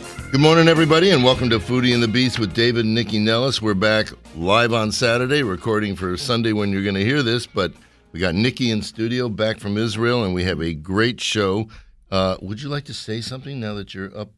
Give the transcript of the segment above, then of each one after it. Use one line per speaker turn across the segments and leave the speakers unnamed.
Good morning, everybody, and welcome to Foodie and the Beast with David and Nikki Nellis. We're back live on Saturday, recording for Sunday when you're going to hear this, but we got Nikki in studio back from Israel, and we have a great show. Uh, would you like to say something now that you're up?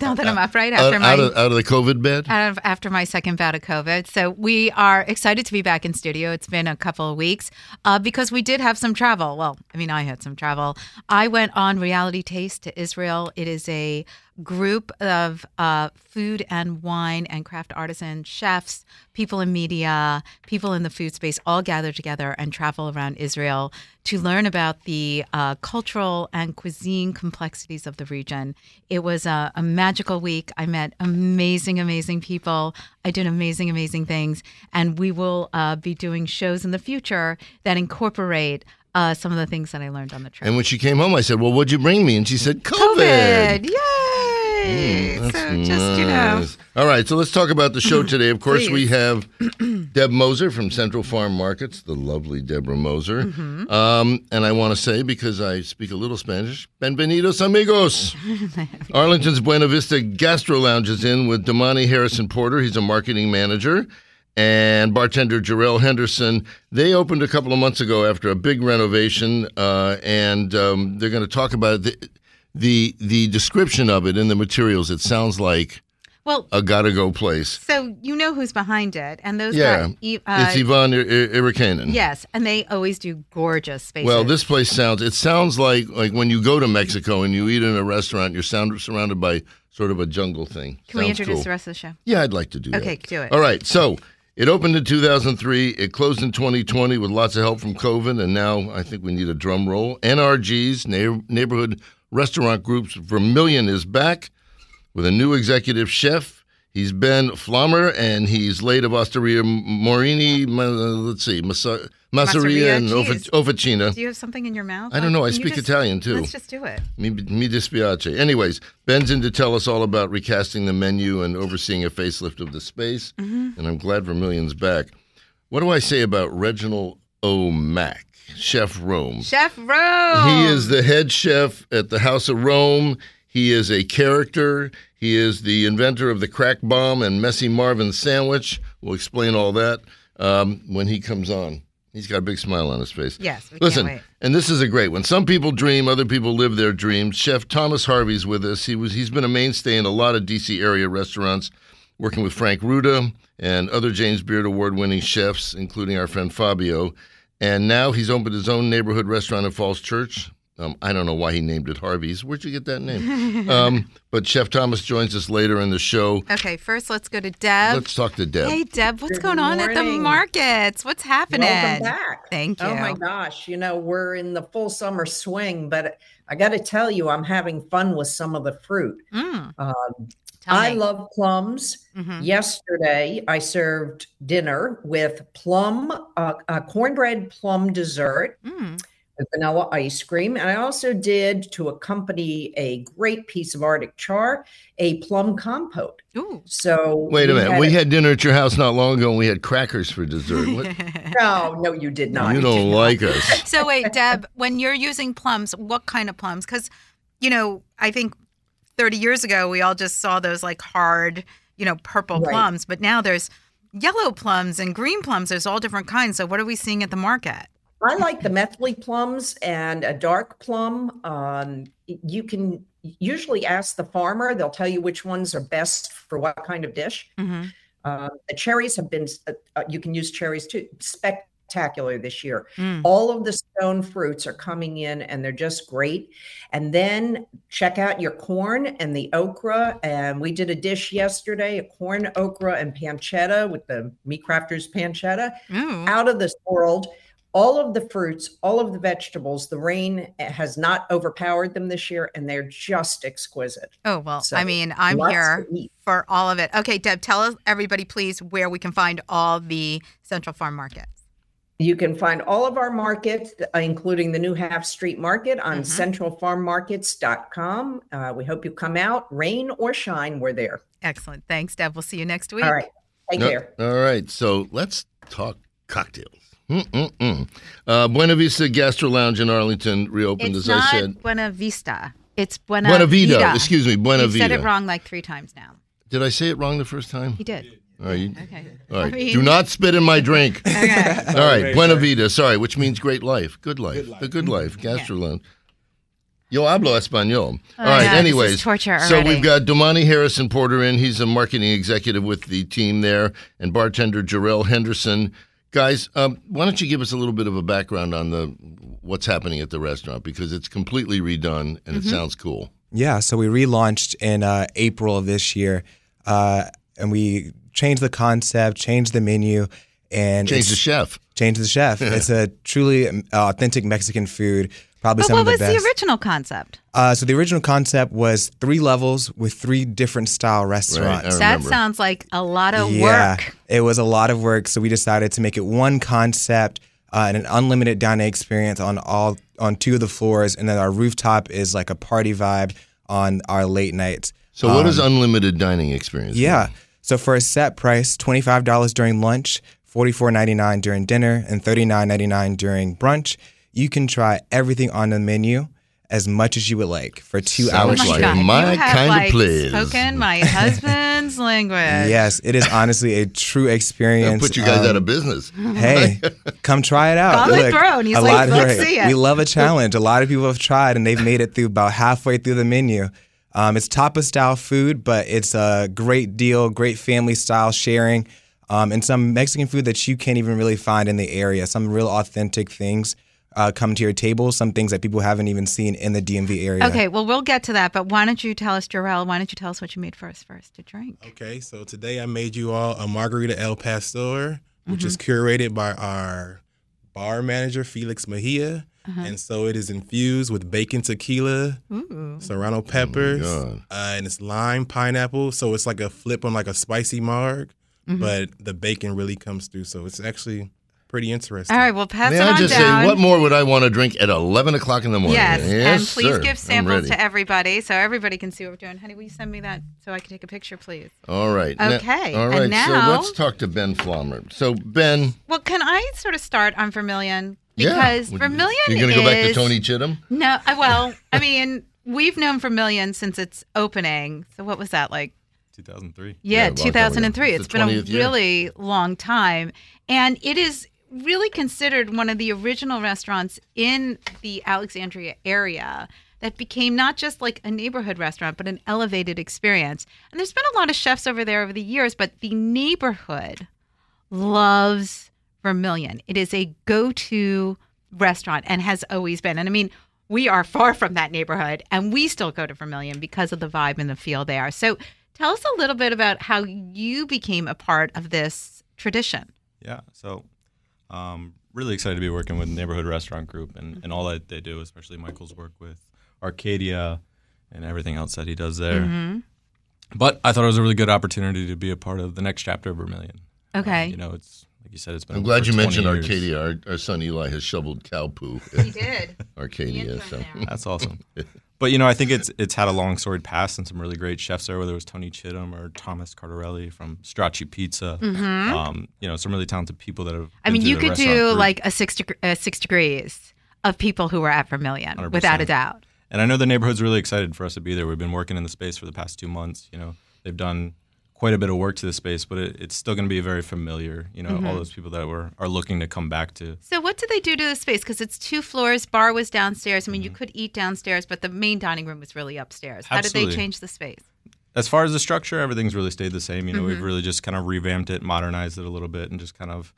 now that I'm up right
Uh, Out,
after my
out of, out of the COVID bed?
out of after my second bout of COVID. So we are excited to be back in studio. It's been a couple of weeks uh, because we did have some travel. Well, I mean, I had some travel. I went on Reality Taste to Israel. It is a group of uh, food and wine and craft artisans, chefs, people in media, people in the food space all gather together and travel around Israel to learn about the uh, cultural and cuisine complexities of the region. It was a, a magical week. I met amazing, amazing people. I did amazing, amazing things. And we will uh, be doing shows in the future that incorporate uh, some of the things that I learned on the trip.
And when she came home, I said, Well, what'd you bring me? And she said, COVID.
COVID! Yay!
Mm, That's
so just, you know.
nice. All right, so let's talk about the show today. Of course, we have Deb Moser from Central Farm Markets, the lovely Deborah Moser.
Mm-hmm.
Um, and I want to say, because I speak a little Spanish, bienvenidos amigos. Arlington's Buena Vista Gastro Lounge is in with Damani Harrison Porter. He's a marketing manager. And bartender Jarrell Henderson. They opened a couple of months ago after a big renovation, uh, and um, they're going to talk about it. The, the the description of it in the materials. It sounds like
Well,
a gotta go place.
so you know who's behind it, and those
Yeah,
got e- uh,
it's Yvonne Ir- Ir- Irikanen.
yes, and they always do gorgeous spaces.
Well, this place sounds. It sounds like like when you go to Mexico and you eat in a restaurant, you're sound, surrounded by sort of a jungle thing.
Can we
Sounds
introduce
cool.
the rest of the show?
Yeah, I'd like to do that.
Okay, do it.
All right. So it opened in 2003. It closed in 2020 with lots of help from COVID. And now I think we need a drum roll. NRG's, Neigh- Neighborhood Restaurant Group's Vermilion is back with a new executive chef. He's Ben Flommer, and he's late of Osteria Morini, Ma- let's see, Masa-
Masseria,
Masseria and Ofa-
geez.
Officina.
Do you have something in your mouth?
I don't know. I
Can you
speak
just-
Italian, too.
Let's just do it.
Mi, mi dispiace. Anyways, Ben's in to tell us all about recasting the menu and overseeing a facelift of the space.
Mm-hmm.
And I'm glad Vermilion's back. What do I say about Reginald O'Mac, Chef Rome?
Chef Rome.
He is the head chef at the House of Rome. He is a character. He is the inventor of the crack bomb and messy Marvin sandwich. We'll explain all that um, when he comes on. He's got a big smile on his face.
Yes, we can't
Listen,
wait.
and this is a great one. Some people dream, other people live their dreams. Chef Thomas Harvey's with us. He was he's been a mainstay in a lot of DC area restaurants, working with Frank Ruda and other James Beard Award winning chefs, including our friend Fabio. And now he's opened his own neighborhood restaurant in Falls Church. Um, I don't know why he named it Harvey's. Where'd you get that name? um, but Chef Thomas joins us later in the show.
Okay, first let's go to Deb.
Let's talk to Deb.
hey, Deb, what's
Good
going on at the
morning.
markets? What's happening?
Welcome back.
Thank you.
Oh my gosh, you know, we're in the full summer swing, but I got to tell you, I'm having fun with some of the fruit.
Mm,
Um,
tell
I
me.
love plums.
Mhm.
Yesterday, I served dinner with plum, uh, a cornbread plum dessert
Mm.
with vanilla ice cream. And I also did, to accompany a great piece of Arctic char, a plum compote.
Ooh.
So,
Wait a
we
minute.
had
we
a-
had dinner at your house not long ago and we had crackers for dessert. What?
no, no, you did not.
you don't like us.
so wait, Deb, when you're using plums, what kind of plums? Because you know, I think 30 years ago we all just saw those like hard, you know, purple
Right.
plums, but now there's yellow plums and green plums. There's all different kinds. So what are we seeing at the market?
I like the methley plums and a dark plum. Um, y- you can usually ask the farmer; they'll tell you which ones are best for what kind of dish.
Mhm.
Uh, the cherries have been, s- uh, uh, you can use cherries too, spectacular this year.
Mm.
All of the stone fruits are coming in and they're just great. And then check out your corn and the okra. And we did a dish yesterday a corn, okra, and pancetta with the meat crafters pancetta
Ooh.
out of this world. all of the fruits, all of the vegetables. The rain has not overpowered them this year, and they're just exquisite.
Oh, well,
So,
I mean, I'm
lots
here
to eat.
for all of it. Okay, Deb, tell us, everybody, please, where we can find all the Central Farm markets.
You can find all of our markets, uh, including the new Half Street Market, on
Mhm.
centralfarmmarkets.com. Uh, we hope you come out, rain or shine, we're there.
Excellent. Thanks, Deb. We'll see you next week.
All right. Take
No-
care.
All right, so let's talk cocktails. Mm-mm-mm. Uh, Buena Vista Gastro Lounge in Arlington reopened,
It's
as
not
I said.
Buena Vista. It's Buena,
Buena Vida, excuse me, Buena
You've said
Vida.
it wrong like three times now.
Did I say it wrong the first time?
He did.
All right, you-
Okay.
all right.
I mean-
do not spit in my drink.
Okay.
All right, Buena Vida, sorry, which means great life, good life,
Good life.
the good life, Gastro Lounge. Yo hablo español.
Oh,
All
yeah,
right,
this is
anyways.
torture
so
already.
we've got Domani Harrison Porter in. He's a marketing executive with the team there, and bartender Jarrell Henderson. Guys, um, why don't you give us a little bit of a background on the what's happening at the restaurant because it's completely redone and
Mm-hmm.
it sounds cool.
Yeah, so we relaunched in uh, April of this year, uh, and we changed the concept, changed the menu, and
Change
it's-
the chef.
Changed the chef. it's a truly um, authentic Mexican food. Probably
But
some
what
of the
was
best.
the original concept?
uh, so the original concept was three levels with three different style
Right,
restaurants.
I
That
remember.
sounds like a lot of work.
It was a lot of work, so we decided to make it one concept uh, and an unlimited dining experience on all on two of the floors, and then our rooftop is like a party vibe on our late nights.
So, what is unlimited dining experience? mean?
Um, Yeah. So for a set price, twenty five dollars during lunch, forty four ninety nine during dinner, and thirty nine ninety nine during brunch. You can try everything on the menu as much as you would like for two
Sounds
hours.
Looks like
straight.
my
Oh you have,
kind of
like,
place.
Spoken my husband's language.
Yes, it is honestly a true
They'll
experience.
put you guys
Um,
out of business.
Hey, come try it out.
Goblet Throne. He's
a
like,
lot of-
"Let's see it."
We love a challenge. A lot of people have tried and they've made it through about halfway through the menu. Um, it's tapa style food, but it's a great deal, great family style sharing, um, and some Mexican food that you can't even really find in the area. Some real authentic things uh, come to your table. Some things that people haven't even seen in the DMV area.
Okay, well, we'll get to that, but why don't you tell us, Jarrell, why don't you tell us what you made for us first to drink?
Okay, so today I made you all a margarita El Pastor, which is curated by our bar manager Felix Mejia, and so it is infused with bacon tequila,
Ooh.
serrano peppers,
God.
uh, and it's lime pineapple. So it's like a flip on like a spicy marg, but the bacon really comes through. So it's actually pretty interesting.
All right, well, pass
May
it on
I just
down.
say, what more would I want to drink at 11 o'clock in the morning?
Yes, and please
sir. I'm
give samples
ready.
to everybody so everybody can see what we're doing. Honey, will you send me that so I can take a picture, please?
All right. na-
e- Okay,
all
and
right.
now-
so let's talk to Ben Flommer. So, Ben,
Well, can I sort of start on Vermilion?
yeah.
Because Vermilion
You're gonna go back to
is-
Tony Chittum?
No, I- well, I mean, we've known Vermilion since its opening. So what was that like?
2003.
Yeah, a
Yeah,
long time ago.
2003.
It's
It's
the
been a
20th year.
really long time. And it is really considered one of the original restaurants in the Alexandria area that became not just like a neighborhood restaurant, but an elevated experience. And there's been a lot of chefs over there over the years, but the neighborhood loves Vermilion. It is a go to restaurant and has always been. And I mean, we are far from that neighborhood and we still go to Vermilion because of the vibe and the feel there. So tell us a little bit about how you became a part of this tradition.
Yeah. So, um, really excited to be working with Neighborhood Restaurant Group and, and all that they do, especially Michael's work with Arcadia and everything else that he does there.
Mm-hmm.
But I thought it was a really good opportunity to be a part of the next chapter of Vermilion. Um,
Okay.
you know, it's like you said, it's been.
I'm glad you
over 20
mentioned
years.
Arcadia. Our, our son Eli has shoveled cow poo at
did.
Arcadia. So.
That's awesome. but you know, I think it's it's had a long storied past and some really great chefs there, whether it was Tony Chittum or Thomas Cardarelli from Stracci Pizza. Um, you know, some really talented people that have.
Mm-hmm. I mean,
been through
you
the
could
restaurant
do
group.
like a six, deg- uh, six degrees of people who were at Vermilion,
100%.
without a doubt.
And I know the neighborhood's really excited for us to be there. We've been working in the space for the past two months. You know, they've done quite a bit of work to the space, but it, it's still going to be very familiar. You know,
Mm-hmm.
all those people that were are looking to come back to.
So, what did they do to the space? Because it's two floors, bar was downstairs. I mean, you
Mm-hmm.
could eat downstairs, but the main dining room was really upstairs. How did
Absolutely.
they change the space?
As far as the structure, everything's really stayed the same. You know, we've really just kind of revamped it, modernized it a little bit, and just kind of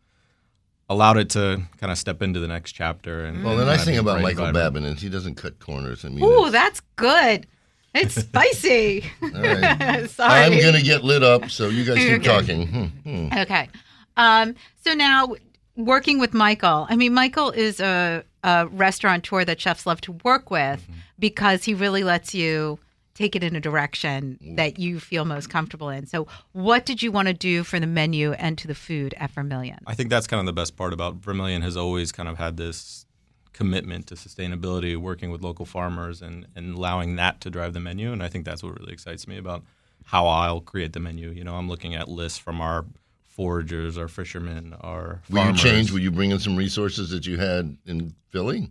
allowed it to kind of step into the next chapter. And
Well, the
and
nice
kinda
thing
be
about
bright
Michael
vibrant.
Babin is he doesn't cut corners. I mean,
Ooh,
it's-
that's good. It's spicy.
all right.
Sorry.
I'm going to get lit up, so you guys keep talking. Hmm, hmm.
Okay. Um, so now working with Michael, I mean, Michael is a, a restaurateur that chefs love to work with
Mm-hmm.
because he really lets you take it in a direction that you feel most comfortable in. So, what did you want to do for the menu and to the food at Vermilion?
I think that's kind of the best part about Vermilion has always kind of had this commitment to sustainability, working with local farmers and, and allowing that to drive the menu. And I think that's what really excites me about how I'll create the menu. You know, I'm looking at lists from our foragers, our fishermen, our
Will
farmers.
you change? Will you bring in some resources that you had in Philly?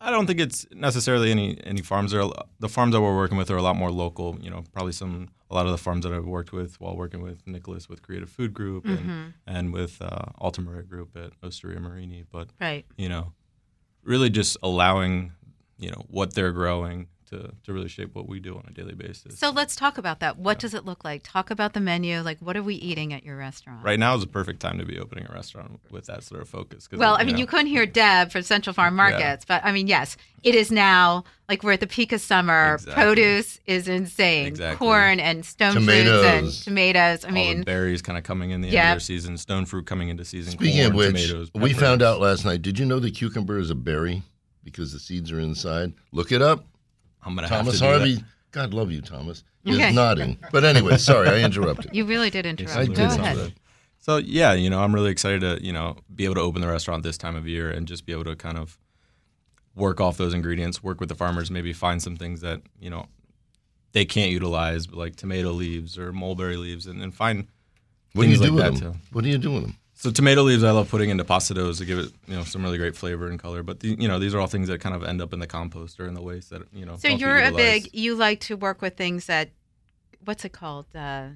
I don't think it's necessarily any any farms are the farms that we're working with are a lot more local. You know, probably some a lot of the farms that I've worked with while working with Nicholas with Creative Food Group
Mm-hmm.
and, and with uh, Altamira Group at Osteria Marini, but
Right.
you know, really just allowing you know what they're growing to to really shape what we do on a daily basis.
So, let's talk about that. What does it look like? Talk about the menu. Like, what are we eating at your restaurant?
right now is the perfect time to be opening a restaurant with that sort of focus. 'cause,
Well, I mean,
know,
you couldn't hear Deb for Central Farm Markets, but I mean, yes, it is now like we're at the peak of summer.
Exactly.
Produce is insane.
Exactly.
Corn and stone fruits
Tomatoes.
and tomatoes. I
all the
mean,
berries kind of coming in the end
yeah.
of their season, stone fruit coming into season.
Speaking of
corn,
which,
tomatoes,
we found
peppers.
out last night. Did you know the cucumber is a berry because the seeds are inside? Look it up.
I'm gonna have
Thomas
to do that.
Harvey. God love you, Thomas. He's
Okay.
nodding. But anyway, sorry, I interrupted.
you really did
I
interrupt.
did
Go
something.
ahead.
So yeah, you know, I'm really excited to you know be able to open the restaurant this time of year and just be able to kind of work off those ingredients, work with the farmers, maybe find some things that you know they can't utilize, but like tomato leaves or mulberry leaves, and, and find.
What do you
things
do
like
with
that,
them?
too.
What do you do with them?
So tomato leaves, I love putting into pasta doughs to give it you know some really great flavor and color. But the, you know, these are all things that kind of end up in the compost or in the waste that you know.
So
don't get
you're a
utilized.
big. You like to work with things that, what's it called? Uh,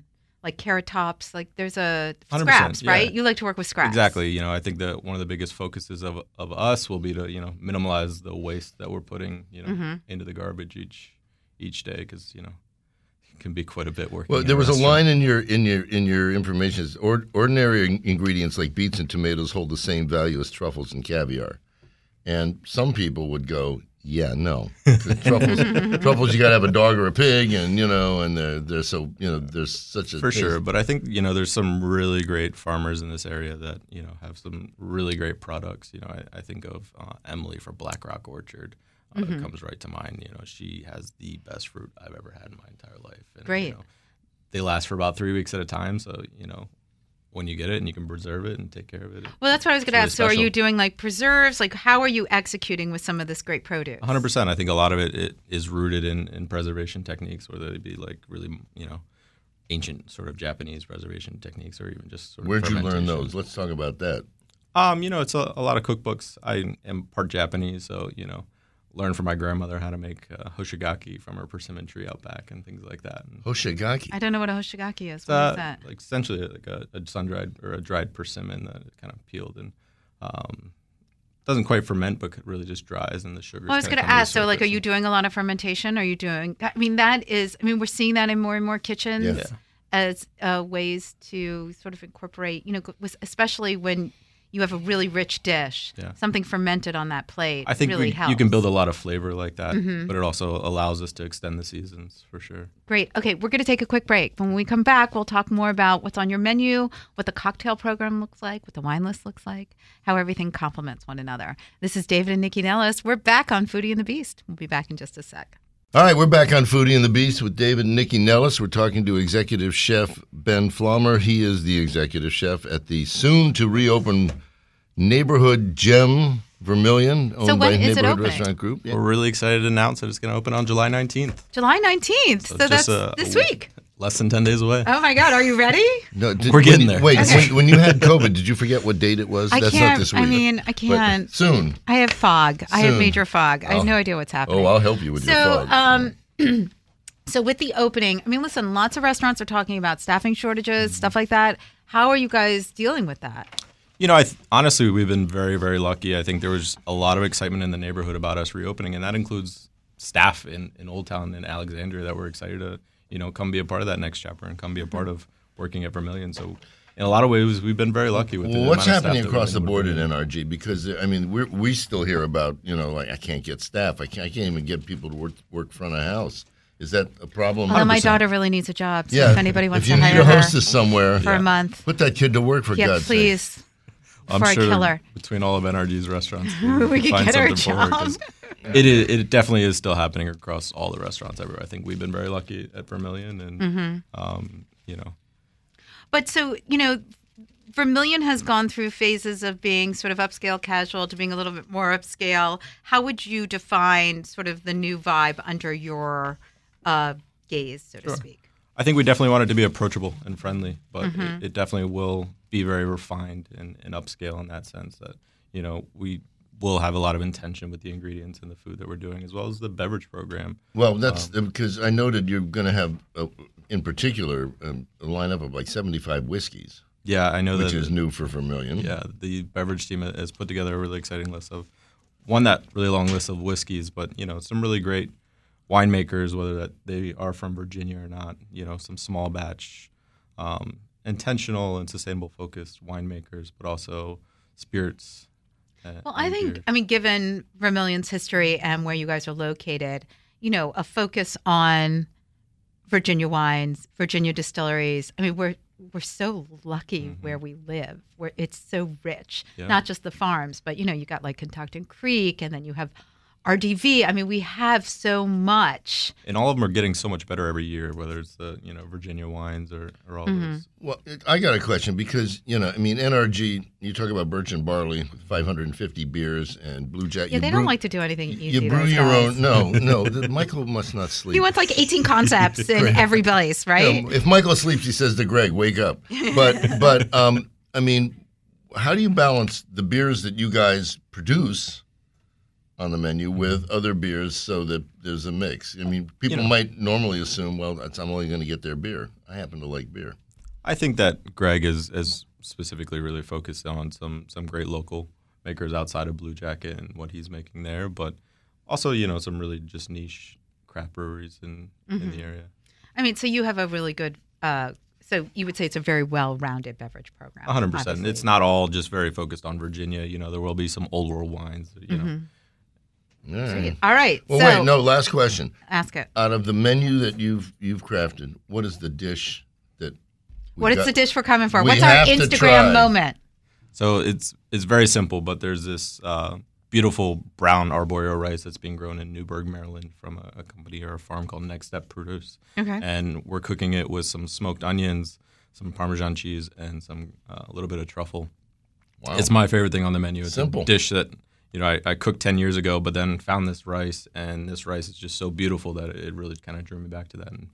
like carrot tops. Like there's a
100%,
scraps, right?
yeah.
You like to work with scraps.
Exactly. You know, I think that one of the biggest focuses of, of us will be to you know minimize the waste that we're putting you know
Mm-hmm.
into the garbage each each day because you know it can be quite a bit working.
Well,
in
there was a
restaurant.
line in your in your in your information. It's Or, ordinary in- ingredients like beets and tomatoes hold the same value as truffles and caviar, and some people would go, "Yeah, no, 'Cause truffles, truffles. You got to have a dog or a pig, and you know, and they're they're so you know, there's such a
for
taste.
sure. But I think you know there's some really great farmers in this area that you know have some really great products. You know, I, I think of uh, Emily for Black Rock Orchard. Uh,
Mm-hmm.
Comes right to mind. You know, she has the best fruit I've ever had in my entire life. And, you
Great.
know, they last for about three weeks at a time. So you know, when you get it and you can preserve it and take care of it,
Well, that's what I was going to
really
ask. So, are you
special.
doing like preserves? Like, how are you executing with some of this great produce?
100% i think a lot of it, it is rooted in, in preservation techniques whether they be like really you know ancient sort of japanese preservation techniques or even just sort of
Where'd you learn
fermentation.
those? Let's talk about that.
um you know it's a, a lot of cookbooks i am part japanese so you know learned from my grandmother how to make uh, hoshigaki from her persimmon tree out back and things like that and
Hoshigaki.
I don't know what a hoshigaki is. What is
uh,
that?
like essentially like a, a sun-dried or a dried persimmon that is kind of peeled and um, doesn't quite ferment but really just dries and the sugar
Well, I was going to ask. So, like, are you doing a lot of fermentation? Are you doing? I mean, that is. I mean, we're seeing that in more and more kitchens
Yeah.
as uh, ways to sort of incorporate. You know, go- with- especially when you have a really rich dish,
Yeah.
something fermented on that plate.
I think
really
we,
helps. Mm-hmm.
you can build a lot of flavor like that, but it also allows us to extend the seasons for sure.
Great. Okay, we're going to take a quick break. When we come back, we'll talk more about what's on your menu, what the cocktail program looks like, what the wine list looks like, how everything complements one another. This is David and Nikki Nellis. We're back on Foodie and the Beast. We'll be back in just a sec.
All right, we're back on Foodie and the Beast with David and Nikki Nellis. We're talking to executive chef Ben Flommer. He is the executive chef at the soon to reopen neighborhood gem Vermilion, owned
when
by
is it
Neighborhood
opening?
Restaurant Group. Yeah.
We're really excited to announce that it's going to open on July 19th.
July 19th. So,
just,
that's
uh,
this
a-
week.
Less than 10 days away.
Oh my God, are you ready?
No, did-
We're
when-
getting there.
Wait,
Okay.
when, when you had COVID, did you forget what date it was?
I
That's
can't-
not this
I
week.
mean, I
But
can't.
soon.
I have fog. I have
Soon.
major fog. I have no idea what's happening.
Oh, I'll help you with your
so,
fog.
um, so with the opening, I mean, listen, lots of restaurants are talking about staffing shortages,
Mm-hmm.
stuff like that. How are you guys dealing with that?
You know, I th- honestly, we've been very, very lucky. I think there was a lot of excitement in the neighborhood about us reopening, and that includes staff in, in Old Town and Alexandria that were excited to, you know, come be a part of that next chapter and come be a part of working at Vermilion. So, in a lot of ways, we've been very lucky with the
Well, what's
amount of staff
happening
that we've
across the
been able to
board
bring
at
in.
NRG? Because I mean, we we still hear about you know like I can't get staff. I can't, I can't even get people to work work front of house. Is that a problem?
Although my daughter really needs a job, so
Yeah.
if anybody wants
if you
to
need
hire
a
her
hostess somewhere
for a month,
put that kid to work for
yeah,
God's sake.
please.
I'm
For a
sure
killer.
between all of NRG's restaurants,
We could
find
get her a
something for her, 'cause It is. It definitely is still happening across all the restaurants everywhere. I think we've been very lucky at Vermilion, and
Mm-hmm.
um, you know,
But so, you know, Vermilion has gone through phases of being sort of upscale casual to being a little bit more upscale. How would you define sort of the new vibe under your uh, gaze, so to speak? Mm-hmm.
I think we definitely want it to be approachable and friendly, but it, it definitely will be very refined and, and upscale in that sense that, you know, we will have a lot of intention with the ingredients and the food that we're doing, as well as the beverage program.
Well, that's because I noted you're going to have, uh, in particular, um, a lineup of like 75 whiskeys,
Yeah, I know
which
that
is new for Vermilion.
Yeah, the beverage team has put together a really exciting list of one that really long list of whiskeys, but you know some really great winemakers, whether that they are from Virginia or not. You know some small batch, um, intentional and sustainable focused winemakers, but also spirits. and-
Well, I
and
think,
beer.
I mean, given Vermilion's history and where you guys are located, you know, a focus on Virginia wines, Virginia distilleries. I mean, we're we're so lucky where we live, where it's so rich.
Mm-hmm. Yeah.
Not just the farms, but you know, you got like Contocton Creek, and then you have RDV. I mean, we have so much.
and all of them are getting so much better every year, whether it's the you know Virginia wines or, or all
Mm-hmm.
those.
Well, it- I got a question because, you know, I mean, NRG, you talk about Birch and Barley, 550 beers and Blue Jacket.
Yeah, they don't like to do anything easy.
You brew
those
your
guys.
own. No, no. the- Michael must not sleep.
He wants like 18 concepts in every place, right?
Um, if Michael sleeps, he says to Greg, "Wake up." But but um, I mean, how do you balance the beers that you guys produce on the menu with other beers so that there's a mix? I mean, people
know.
might normally assume, "Well, that's, I'm only going to get their beer." I happen to like beer.
I think that Greg is is specifically really focused on some some great local makers outside of Blue Jacket and what he's making there, but also you know some really just niche craft breweries in
Mm-hmm.
in the area.
I mean, so you have a really good. Uh, so you would say it's a very well-rounded beverage program.
A hundred percent.
obviously.
It's not all just very focused on Virginia. You know, there will be some old world wines. You
Mm-hmm.
know,
All right.
All right.
Well,
so
wait. No, last question.
ask it.
Out of the menu that you've you've crafted, what is the dish that? we
What is
got-
the dish we're coming for?
we
What's our
have to try.
Instagram moment?
so it's it's very simple, but there's this. Uh, Beautiful brown arborio rice that's being grown in Newburgh, Maryland, from a, a company or a farm called Next Step Produce.
Okay.
and we're cooking it with some smoked onions, some Parmesan cheese, and some uh, a little bit of truffle.
Wow.
It's my favorite thing on the menu. It's
Simple.
a dish that you know I, I cooked ten years ago, but then found this rice, and this rice is just so beautiful that it really kind of drew me back to that and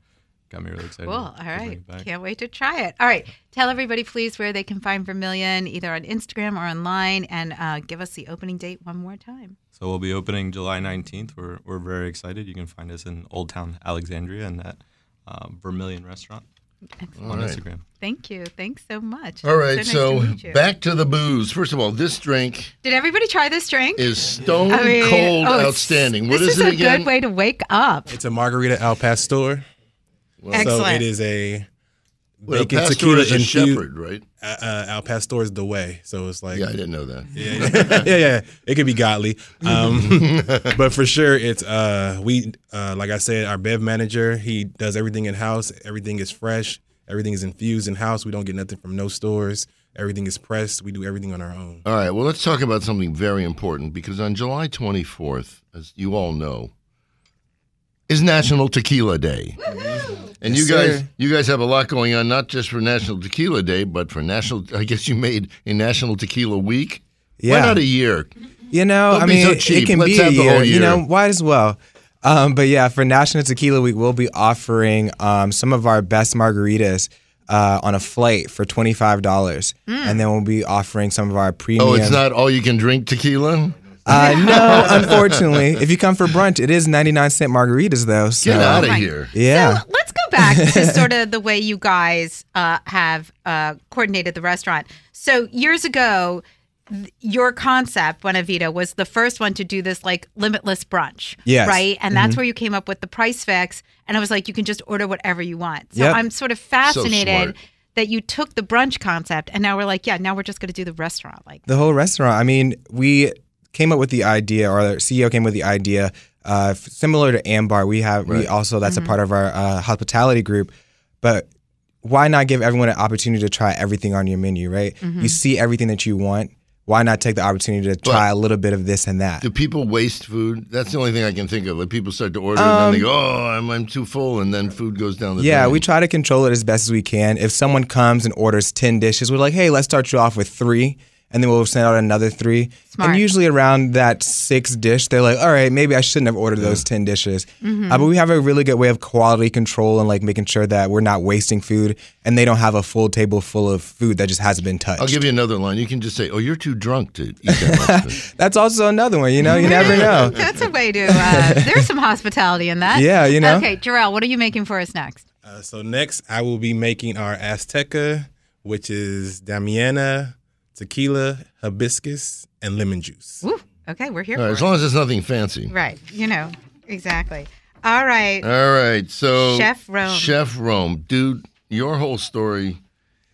got me really excited.
Cool.
to-
All
to bring
right.
it back.
Can't wait to try it. All right. Tell everybody, please, where they can find Vermilion, either on Instagram or online, and uh, give us the opening date one more time.
So we'll be opening July nineteenth. We're we're very excited. You can find us in Old Town Alexandria and that uh, Vermilion Restaurant on
right.
Instagram.
Thank you. Thanks so much.
All right.
nice
So,
to meet you.
back to the booze. First of all, this drink
Did everybody try this drink?
is stone
I mean,
cold
oh, it's-
outstanding. What
this
is it
a
again?
good way to wake up.
It's a margarita al pastor. So
Excellent.
it is a
Well, a
bacon
pastor
tequila
is a
infused-
shepherd, right?
uh, uh, al pastor is the way. So it's like
Yeah, I didn't know that.
yeah, yeah, yeah, yeah. It could be godly, um, but for sure, it's uh, we uh, like I said, our bev manager. He does everything in house. Everything is fresh. Everything is infused in house. We don't get nothing from no stores. Everything is pressed. We do everything on our own.
All right. Well, let's talk about something very important because on July 24th, as you all know, is National Tequila Day. And
Yes,
you guys,
sir.
you guys have a lot going on, not just for National Tequila Day, but for National. I guess you made a National Tequila Week. Why
Yeah.
not a year?
You know,
Don't
I
be
mean,
so
it
cheap.
can
Let's
be a
have the
year,
whole
You know,
year.
might as well. Um, but yeah, for National Tequila Week, we'll be offering um, some of our best margaritas uh, on a flight for twenty five dollars, and then we'll be offering some of our premium.
Oh, it's not all you can drink tequila.
Uh, no, unfortunately, if you come for brunch, it is ninety nine cent margaritas though. So,
Get out of
Oh my-
here.
Yeah.
So let's go back to sort of the way you guys uh, have uh, coordinated the restaurant. So years ago, th- your concept, Buena Vita, was the first one to do this like limitless brunch.
Yes. Mm-hmm.
Right. And that's where you came up with the price fix. And I was like, you can just order whatever you want. So
Yep.
I'm sort of
smart.
fascinated that you took the brunch concept and now we're like, yeah, now we're just going to do the restaurant. Like,
The whole restaurant. I mean, we came up with the idea, or the CEO came with the idea. Uh, f- similar to Ambar, we have we also that's a part of our uh, hospitality group. But why not give everyone an opportunity to try everything on your menu? Right? You see everything that you want. why not take the opportunity to try a little bit of this and that?
Do people waste food? That's the only thing I can think of. Like people start to order and then they go, "Oh, I'm, I'm too full," and then food goes down the
Um, Yeah,
drain.
we try to control it as best as we can. If someone comes and orders 10 dishes, we're like, hey, let's start you off with three. And then we'll send out another three.
Smart.
And usually around that sixth dish, they're like, all right, maybe I shouldn't have ordered those 10 dishes. Uh, but we have a really good way of quality control and like making sure that we're not wasting food and they don't have a full table full of food that just hasn't been touched.
I'll give you another line. You can just say, "Oh, you're too drunk to eat that much." food."
That's also another one, you know, you never know.
That's a way to. Uh, there's some hospitality in that.
Yeah, you know.
Okay, Jarrell, what are you making for us next?
Uh, so next, I will be making our Azteca, which is Damiana, tequila, hibiscus, and lemon juice.
Ooh, okay, we're here
All right, as
for it.
long as it's nothing fancy.
Right, you know, exactly. All right.
All right, so
Chef Rome.
Chef Rome, dude, your whole story is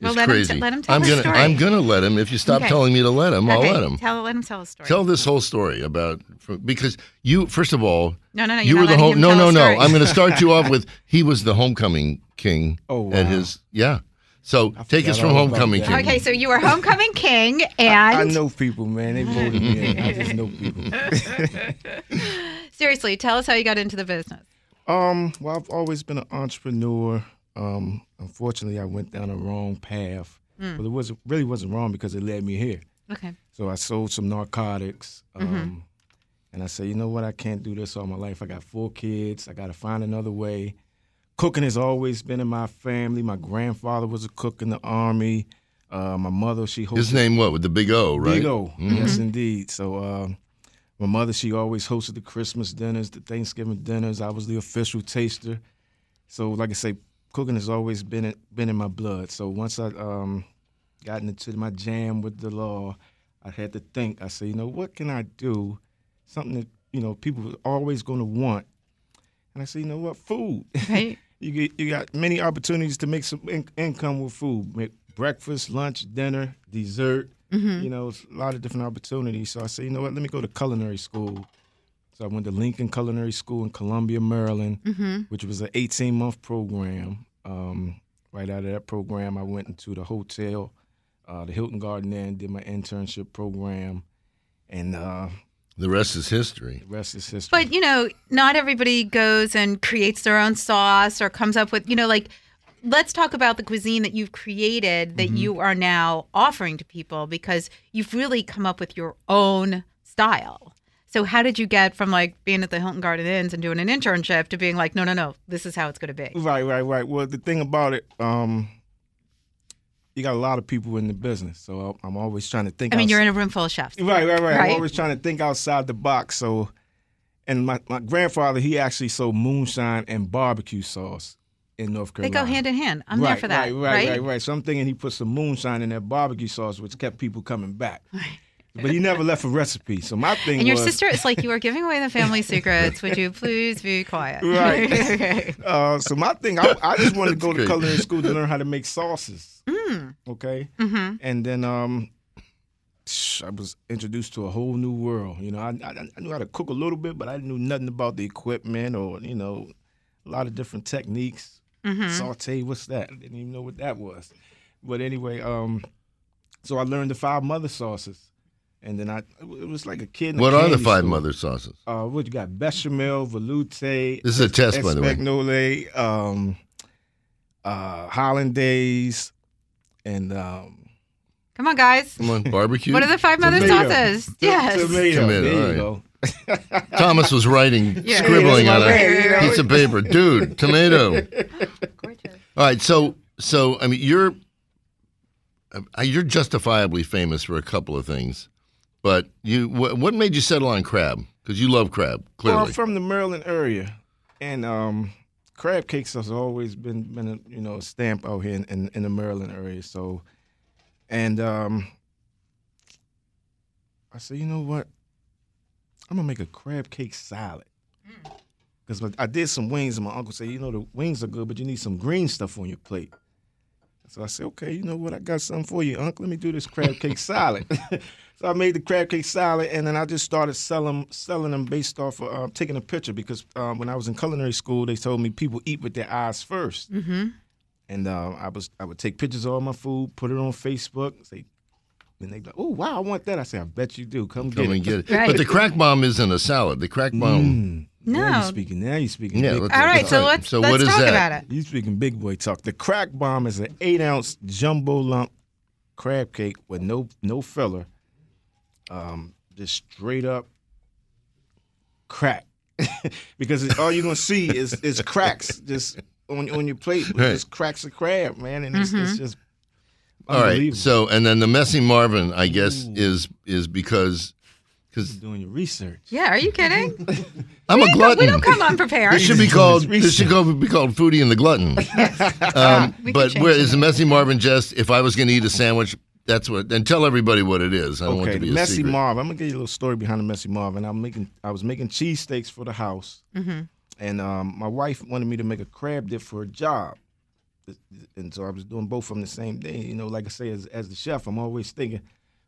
Well, let him t-
crazy.
let him tell
I'm
his
gonna,
story.
I'm gonna let him. If you stop
Okay.
telling me to let him,
okay,
I'll let him.
Tell, let him tell a story.
Tell this whole story about because you first of all
no, no, no. You're
you
not
were the
letting
home
him
no
tell
no
a
no
story.
I'm going to start you off with he was the homecoming king
Oh,
at
wow.
his yeah so take us
forgot
from
all about
homecoming king
that.
Okay, so you were homecoming king, and
I know people, man. They voted me. in. I just know people.
seriously, tell us how you got into the business.
Um, well, I've always been an entrepreneur. Um, unfortunately, I went down a wrong path, but it was really wasn't wrong because it led me here.
Mm-hmm. Okay.
So I sold some narcotics, um, and I said, you know what? I can't do this all my life. I got four kids. I got to find another way. Cooking has always been in my family. My grandfather was a cook in the army. Uh, my mother, she hosted
his name what with the big O right Mm-hmm.
Big O. Yes, indeed. So uh, my mother, she always hosted the Christmas dinners, the Thanksgiving dinners. I was the official taster. So, like I say, cooking has always been in, been in my blood. So once I um, got into my jam with the law, I had to think. I said, you know, what can I do? Something that you know people are always going to want. And I said, you know what? Food.
Right.
You get you got many opportunities to make some in- income with food, make breakfast, lunch, dinner, dessert. You know, it's a lot of different opportunities. So I said, you know what? Let me go to culinary school. So I went to Lincoln Culinary School in Columbia, Maryland,
Mm-hmm.
which was an 18 month program. Um, right out of that program, I went into the hotel, uh, the Hilton Garden Inn, did my internship program, and uh,
the rest is history
the rest is history.
But you know, not everybody goes and creates their own sauce or comes up with, you know, like let's talk about the cuisine that you've created
Mm-hmm.
that you are now offering to people because you've really come up with your own style. So how did you get from like being at the Hilton Garden Inns and doing an internship to being like, no, no, no, this is how it's going to be?
Right, right, right. Well, the thing about it, um, you got a lot of people in the business, so I- I'm always trying to think.
I mean,
outs-
you're in a room full of chefs.
right, right, right.
Right.
I'm always trying to think outside the box. So, and my, my grandfather, he actually sold moonshine and barbecue sauce in North
They
Carolina.
go hand in hand. I'm
right,
there for that.
Right, right, right, right, So I'm thinking he put some moonshine in that barbecue sauce, which kept people coming back. But he never left a recipe. So my thing
And your
was,
sister is like, you are giving away the family secrets. Would you please be quiet?
Right. Uh, so my thing, I, I just wanted to go to
great.
culinary school to learn how to make sauces. Okay,
Mm, mm-hmm.
and then um, I was introduced to a whole new world. You know, I, I, I knew how to cook a little bit, but I knew nothing about the equipment or you know, a lot of different techniques. Saute, what's that? I didn't even know what that was. But anyway, um, so I learned the five mother sauces, and then I it was like a kid. In
what
a
are the
candy
five
store.
mother sauces
Uh, what you got? Bechamel, veloute,
this is a test by the way
Espagnole, um, uh, Hollandaise, and um,
Come on, guys.
come on barbecue
What are the five mother
Tomato.
sauces?
to-
Yes.
tomato.
Tomato,
There
all
you
right.
go.
Thomas was writing
Yeah.
scribbling
Yeah,
on
that's
a
my man, you know.
piece of paper dude tomato All right, so so I mean you're uh, you're justifiably famous for a couple of things, but you wh- what made you settle on crab? Because you love crab,
Well, I'm
clearly.
from the Maryland area, and um, crab cakes has always been been a, you know a stamp out here in, in, in the Maryland area. So, and um, I said, you know what? I'm gonna make a crab cake salad
Hmm.
because I did some wings, and my uncle said, you know, the wings are good, but you need some green stuff on your plate. So I said, okay, you know what? I got something for you, Uncle. Let me do this crab cake salad. so I made the crab cake salad, and then I just started selling selling them based off of uh, taking a picture because um, when I was in culinary school, they told me people eat with their eyes um, 1st Mm-hmm. And uh, I was I would take pictures of all my food, put it on Facebook, say, and they go, "Oh wow, I want that." I say, "I bet you do. Come,
Come
get
and
it."
get it.
Right.
But the crack bomb isn't a salad. The crack bomb.
Mm. Now
No.
you're speaking. Now you're speaking.
Yeah.
big-
let's-
All right,
that's
so let's
So
let's
what is
talk
that?
about it.
You speaking big boy talk. The crack bomb is an eight ounce jumbo lump crab cake with no no filler. Um, just straight up crack. because it- all you're gonna see is is cracks just on on your plate. with
Right.
Just cracks of crab, man, and it's,
Mm-hmm.
it's just
All right.
unbelievable.
So and then the messy Marvin, I guess, is is because because
doing your research.
Yeah, are you kidding?
I'm a glutton.
we don't come unprepared.
This should be
Doing
called.
his
This should go, be called Foodie and the Glutton. um,
We can
but
change
where
it.
is the messy Marvin just? If I was going to eat a sandwich, that's what. Then tell everybody what it is. I don't want it
okay,
to be
the
a
Messy
secret.
Marv. I'm gonna give you a little story behind the Messy Marv. And I'm making, I was making cheesesteaks for the house,
Mm-hmm.
and um, my wife wanted me to make a crab dip for a job, and so I was doing both of them the same day. You know, like I say, as, as the chef, I'm always thinking,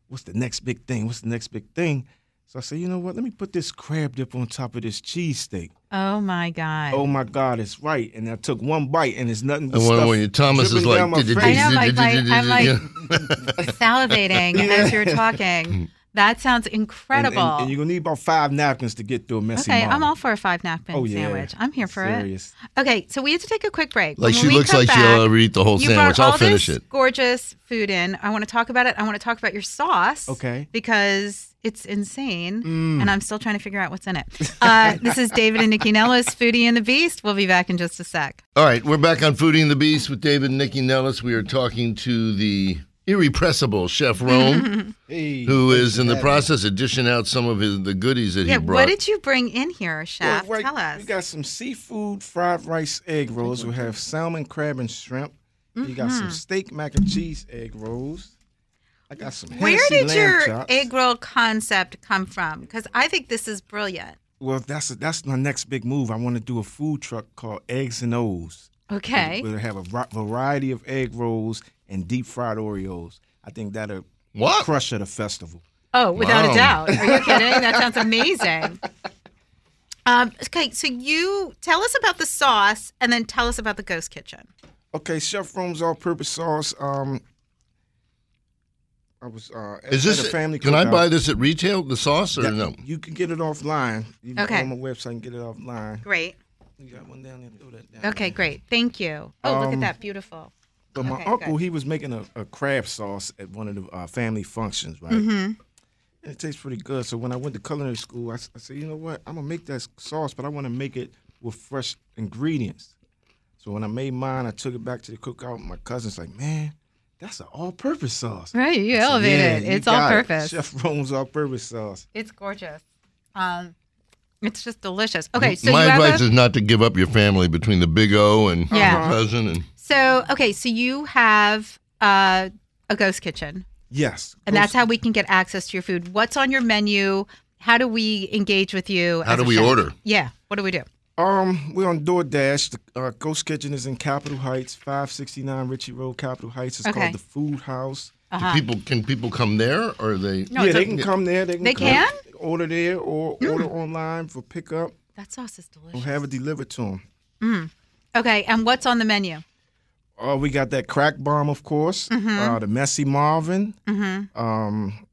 what's the next big thing? What's the next big thing? So I said, you know what? Let me put this crab dip on top of this cheesesteak.
oh my god.
Oh my God, it's right! And I took one bite, and it's nothing. but
And when,
stuff
when your Thomas is
dripping
like,
down my
I
face.
know, like, like, I'm like-
Yeah.
Salivating as you're talking. That sounds
And- and-
incredible.
and, you're gonna need about five napkins to get through a messy.
okay, I'm
Marv.
all for a five napkin
Oh, yeah.
sandwich. I'm here for
Serious.
it. Okay, so we have to take a quick break. When
Like she
we
looks
come
like she'll
back,
overeat the whole
you
sandwich.
Brought all
I'll finish
this
it.
Gorgeous food in. I want to talk about it. I want to talk about your sauce.
Okay. Mm.
Because it's insane, and I'm still trying to figure out what's in it. Uh, this is David and Nikki Nellis, Foodie and the Beast. We'll be back in just a sec.
All right, we're back on Foodie and the Beast with David and Nikki Nellis. We are talking to the irrepressible Chef Rome,
Hey,
who is in the
Yeah.
process of dishing out some of his the goodies that
yeah.
he brought.
What did you bring in here,
Well,
Chef?
right-
Tell us.
We got some seafood fried rice egg rolls. We have salmon, crab, and shrimp. You got
Mm-hmm.
some steak mac and cheese egg rolls. I got some.
Where
Hennessy
did
lamb
your
chops.
egg roll concept come from? Because I think this is brilliant.
Well, that's that's my next big move. I want to do a food truck called Eggs and O's.
Okay.
Where they have a ri- variety of egg rolls and deep fried Oreos. I think that'll
What?
crush at a festival.
Oh, without
Wow.
a doubt. Are you kidding? That sounds amazing. Um, okay, so you tell us about the sauce, and then tell us about the ghost kitchen.
Okay, Chef Rome's all-purpose sauce. Um, I was. Uh,
Is
at
this?
a family
can I
cookout.
buy this at retail? The sauce or
Yeah,
no?
You can get it offline. You can
Okay.
go on my website and get it offline.
Great.
You got one down there. Throw that down.
Okay, great. Thank you. Oh, look at
Um,
that. Beautiful.
But my
Okay,
uncle,
good.
he was making a, a crab sauce at one of the uh, family functions, right?
Mm-hmm.
And it tastes pretty good. So when I went to culinary school, I, s- I said, you know what? I'm gonna make that s- sauce, but I want to make it with fresh ingredients. So when I made mine, I took it back to the cookout. My cousin's like, man, that's an all-purpose sauce.
Right, you
I said,
elevated
"Yeah,
it.
you
It's all
got it.
purpose.
Chef Rome's all-purpose sauce.
It's gorgeous. Um, it's just delicious. Okay, so
My
you have a-
advice is not to give up your family between the Big O and
Yeah.
your cousin and
so okay, so you have uh, a ghost kitchen.
Yes.
And
Go
that's how we can get access to your food. What's on your menu? How do we engage with you?
How
as
do
a
we
chef?
order?
Yeah. What do we do?
Um, we're on DoorDash. The uh, Ghost Kitchen is in Capitol Heights, 569 Ritchie Road, Capitol Heights. It's
Okay. Uh-huh.
called the Food House.
do people. Can people come there or are they?
No,
yeah,
it's
they
a-
can come there. They can,
They Mm.
come,
can?
order there or order online for pickup
That sauce is
or
delicious.
have it delivered to them.
Mm. Okay, and what's on the menu?
Oh, we got that crack bomb, of course.
Mm-hmm.
Uh, the messy Marvin. Um,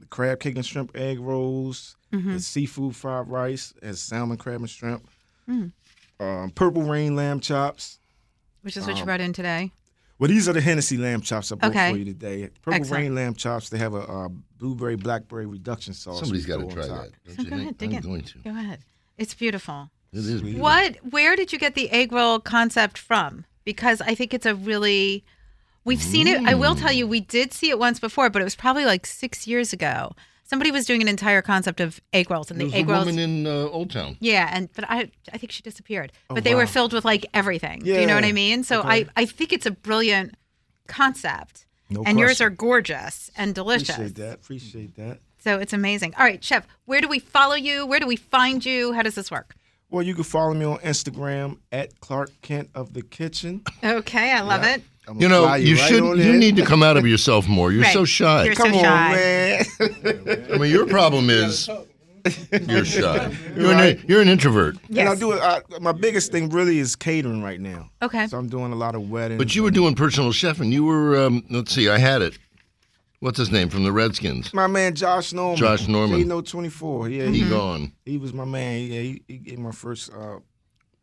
the crab cake and shrimp egg rolls.
Mm-hmm.
The seafood fried rice as salmon, crab, and shrimp.
Mm.
Um, purple rain lamb chops.
Which is what you brought in today.
Well, these are the Hennessy lamb chops I brought
Okay.
for you today. Purple
Excellent.
Rain lamb chops. They have a uh, blueberry blackberry reduction sauce.
Somebody's
we
got to
throw on
try
top.
that. don't
So go
you think?
ahead, dig
I'm
in.
going to.
Go ahead. It's beautiful.
It is. beautiful.
What? Where did you get the egg roll concept from? Because I think it's a really. We've seen it. I will tell you, we did see it once before, but it was probably like six years ago. Somebody was doing an entire concept of egg rolls, and
There
the
was a
egg rolls.
woman in uh, Old Town.
Yeah, and but I I think she disappeared. But they were filled with like everything. Do you know what I
Oh, Yeah.
mean? So I I think it's a brilliant concept.
No
and yours
question.
are gorgeous and delicious.
Appreciate that. Appreciate that.
So it's amazing. All right, chef, where do we follow you? Where do we find you? How does this work?
Well, you can follow me on Instagram at Clark Kent of the Kitchen.
Okay, I love it.
I'ma
You know,
fly
you
right
should.
on
You
in.
need to come out of yourself more. You're
Right.
so shy.
You're
Come
so
on,
shy.
man.
I mean, your problem is you're shy. You're, an, you're an introvert.
And I
Yes.
do it. I, my biggest thing really is catering right now.
Okay.
So I'm doing a lot of weddings.
But you were doing personal chef, and you were. Um, let's see, I had it. what's his name from the Redskins?
My man Josh Norman.
Josh Norman.
He know 24.
He
Yeah,
Mm-hmm.
he,
gone.
he was my man. Yeah, he, he gave my first uh,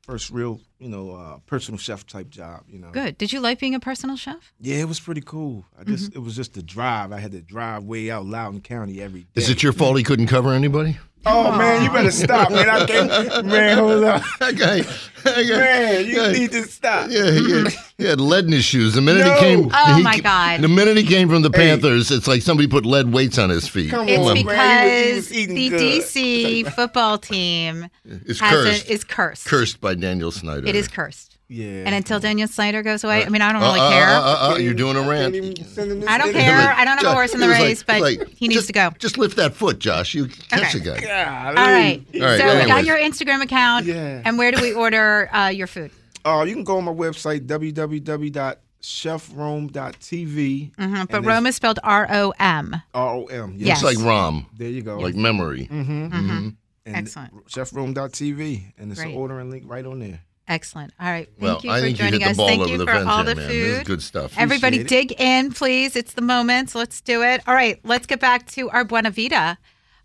first real, you know, uh, personal chef type job, you know.
Good. Did you like being a personal chef?
Yeah, it was pretty cool. I just
Mm-hmm.
it was just the drive. I had to drive way out Loudon County every day.
Is it your fault he couldn't cover anybody?
Oh man, you better stop, man. I think man, hold up.
That guy, that guy-
Man, you
yeah,
need to stop.
Yeah, he had, he had lead in his shoes. The minute
No.
he came,
Oh,
he
my
ca-
God.
The minute he came from the Panthers, it's like somebody put lead weights on his feet.
Come
It's
on, man. He was-
because
he was eating
the
good.
DC football team
It's
has
cursed.
a, is cursed.
cursed by Daniel Snyder.
It is cursed.
Yeah.
And until Daniel Snyder goes away, I mean, I don't
Uh,
really
uh,
care.
Uh, uh, uh, you're doing a
Can't
rant.
even send him this
I don't
nigga.
care. I don't have a horse in the
It was like-
race, but
like,
he needs
just-
to go.
Just lift that foot, Josh. You catch
Okay.
a guy.
God,
All
I
right.
mean,
All right,
so we got
anyways.
your Instagram account.
Yeah.
And where do we order uh, your food?
Uh, you can go on my website, www.chefrome.tv.
hmm
and
But
it's
Rome is spelled R O M.
R-O-M. Yes.
Yes.
It's like Rom,
There you go.
like memory.
mm-hmm.
hmm
And
Excellent.
Chefrome.tv. And it's
Great.
an ordering link right on there.
Excellent. All right. Thank
well,
you
I
for
think you
joining
hit the
us.
ball
Thank
over
you
the
for
fence,
all
there,
the
man. This is
food.
good stuff.
Everybody,
it.
dig in, please. It's the moment. So let's do it. All right. Let's get back to our Buena Vida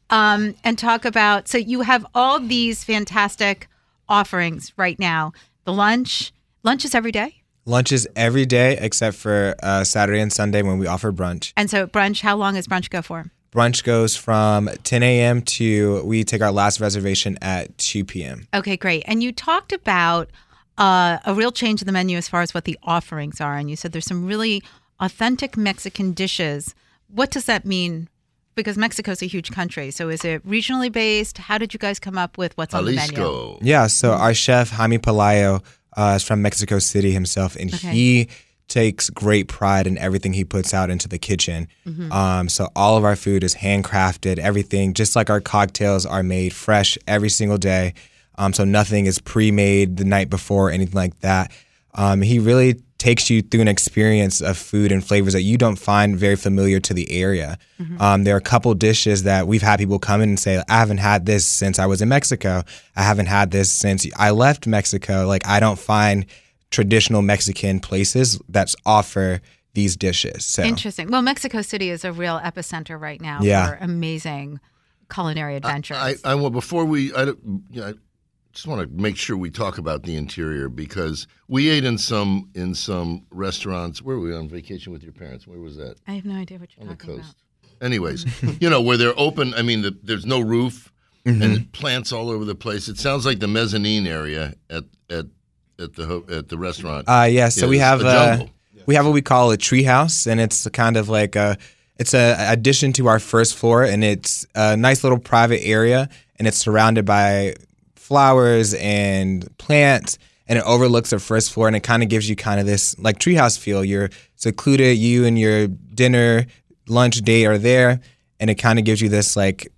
um, and talk about. So you have all these fantastic offerings right now. The lunch. Lunch is every day.
Lunches every day except for uh, Saturday and Sunday when we offer brunch.
And so brunch, how long is brunch go for?
Brunch goes from 10 a.m. to we take our last reservation at 2 p.m.
Okay, great. And you talked about uh, a real change in the menu as far as what the offerings are, and you said there's some really authentic Mexican dishes. What does that mean? Because Mexico's a huge country, so is it regionally based? How did you guys come up with what's on the menu? Mm.
Jalisco.
Yeah, so our chef Jaime Palayo uh, is from Mexico City himself, and
Okay.
he takes great pride in everything he puts out into the kitchen.
Mm-hmm.
Um, so all of our food is handcrafted. Everything, just like our cocktails, are made fresh every single day. Um, so nothing is pre-made the night before, or anything like that. Um, he really takes you through an experience of food and flavors that you don't find very familiar to the area. Um, there are a couple dishes that we've had people come in and say, I haven't had this since I was in Mexico. I haven't had this since I left Mexico. Like, I don't find traditional Mexican places that offer these dishes. So,
Interesting. Well, Mexico City is a real epicenter right now
Yeah.
for amazing culinary adventures.
I, I well, before we, I, don't- you know, I just want to make sure we talk about the interior because we ate in some in some restaurants. Where were we on vacation with your parents? Where was that?
I have no idea what you're
on the
talking
coast.
about.
Anyways, you know where they're open. I mean, the, there's no roof
Mm-hmm.
and plants all over the place. It sounds like the mezzanine area at at at the ho- at the restaurant.
uh, yeah, so we
is
have
a
a,
jungle.
we have what we call a treehouse, and it's kind of like a it's a addition to our first floor, and it's a nice little private area, and it's surrounded by flowers and plants, and it overlooks the first floor, and it kind of gives you kind of this like treehouse feel. You're secluded, you and your dinner, lunch date are there, and it kind of gives you this like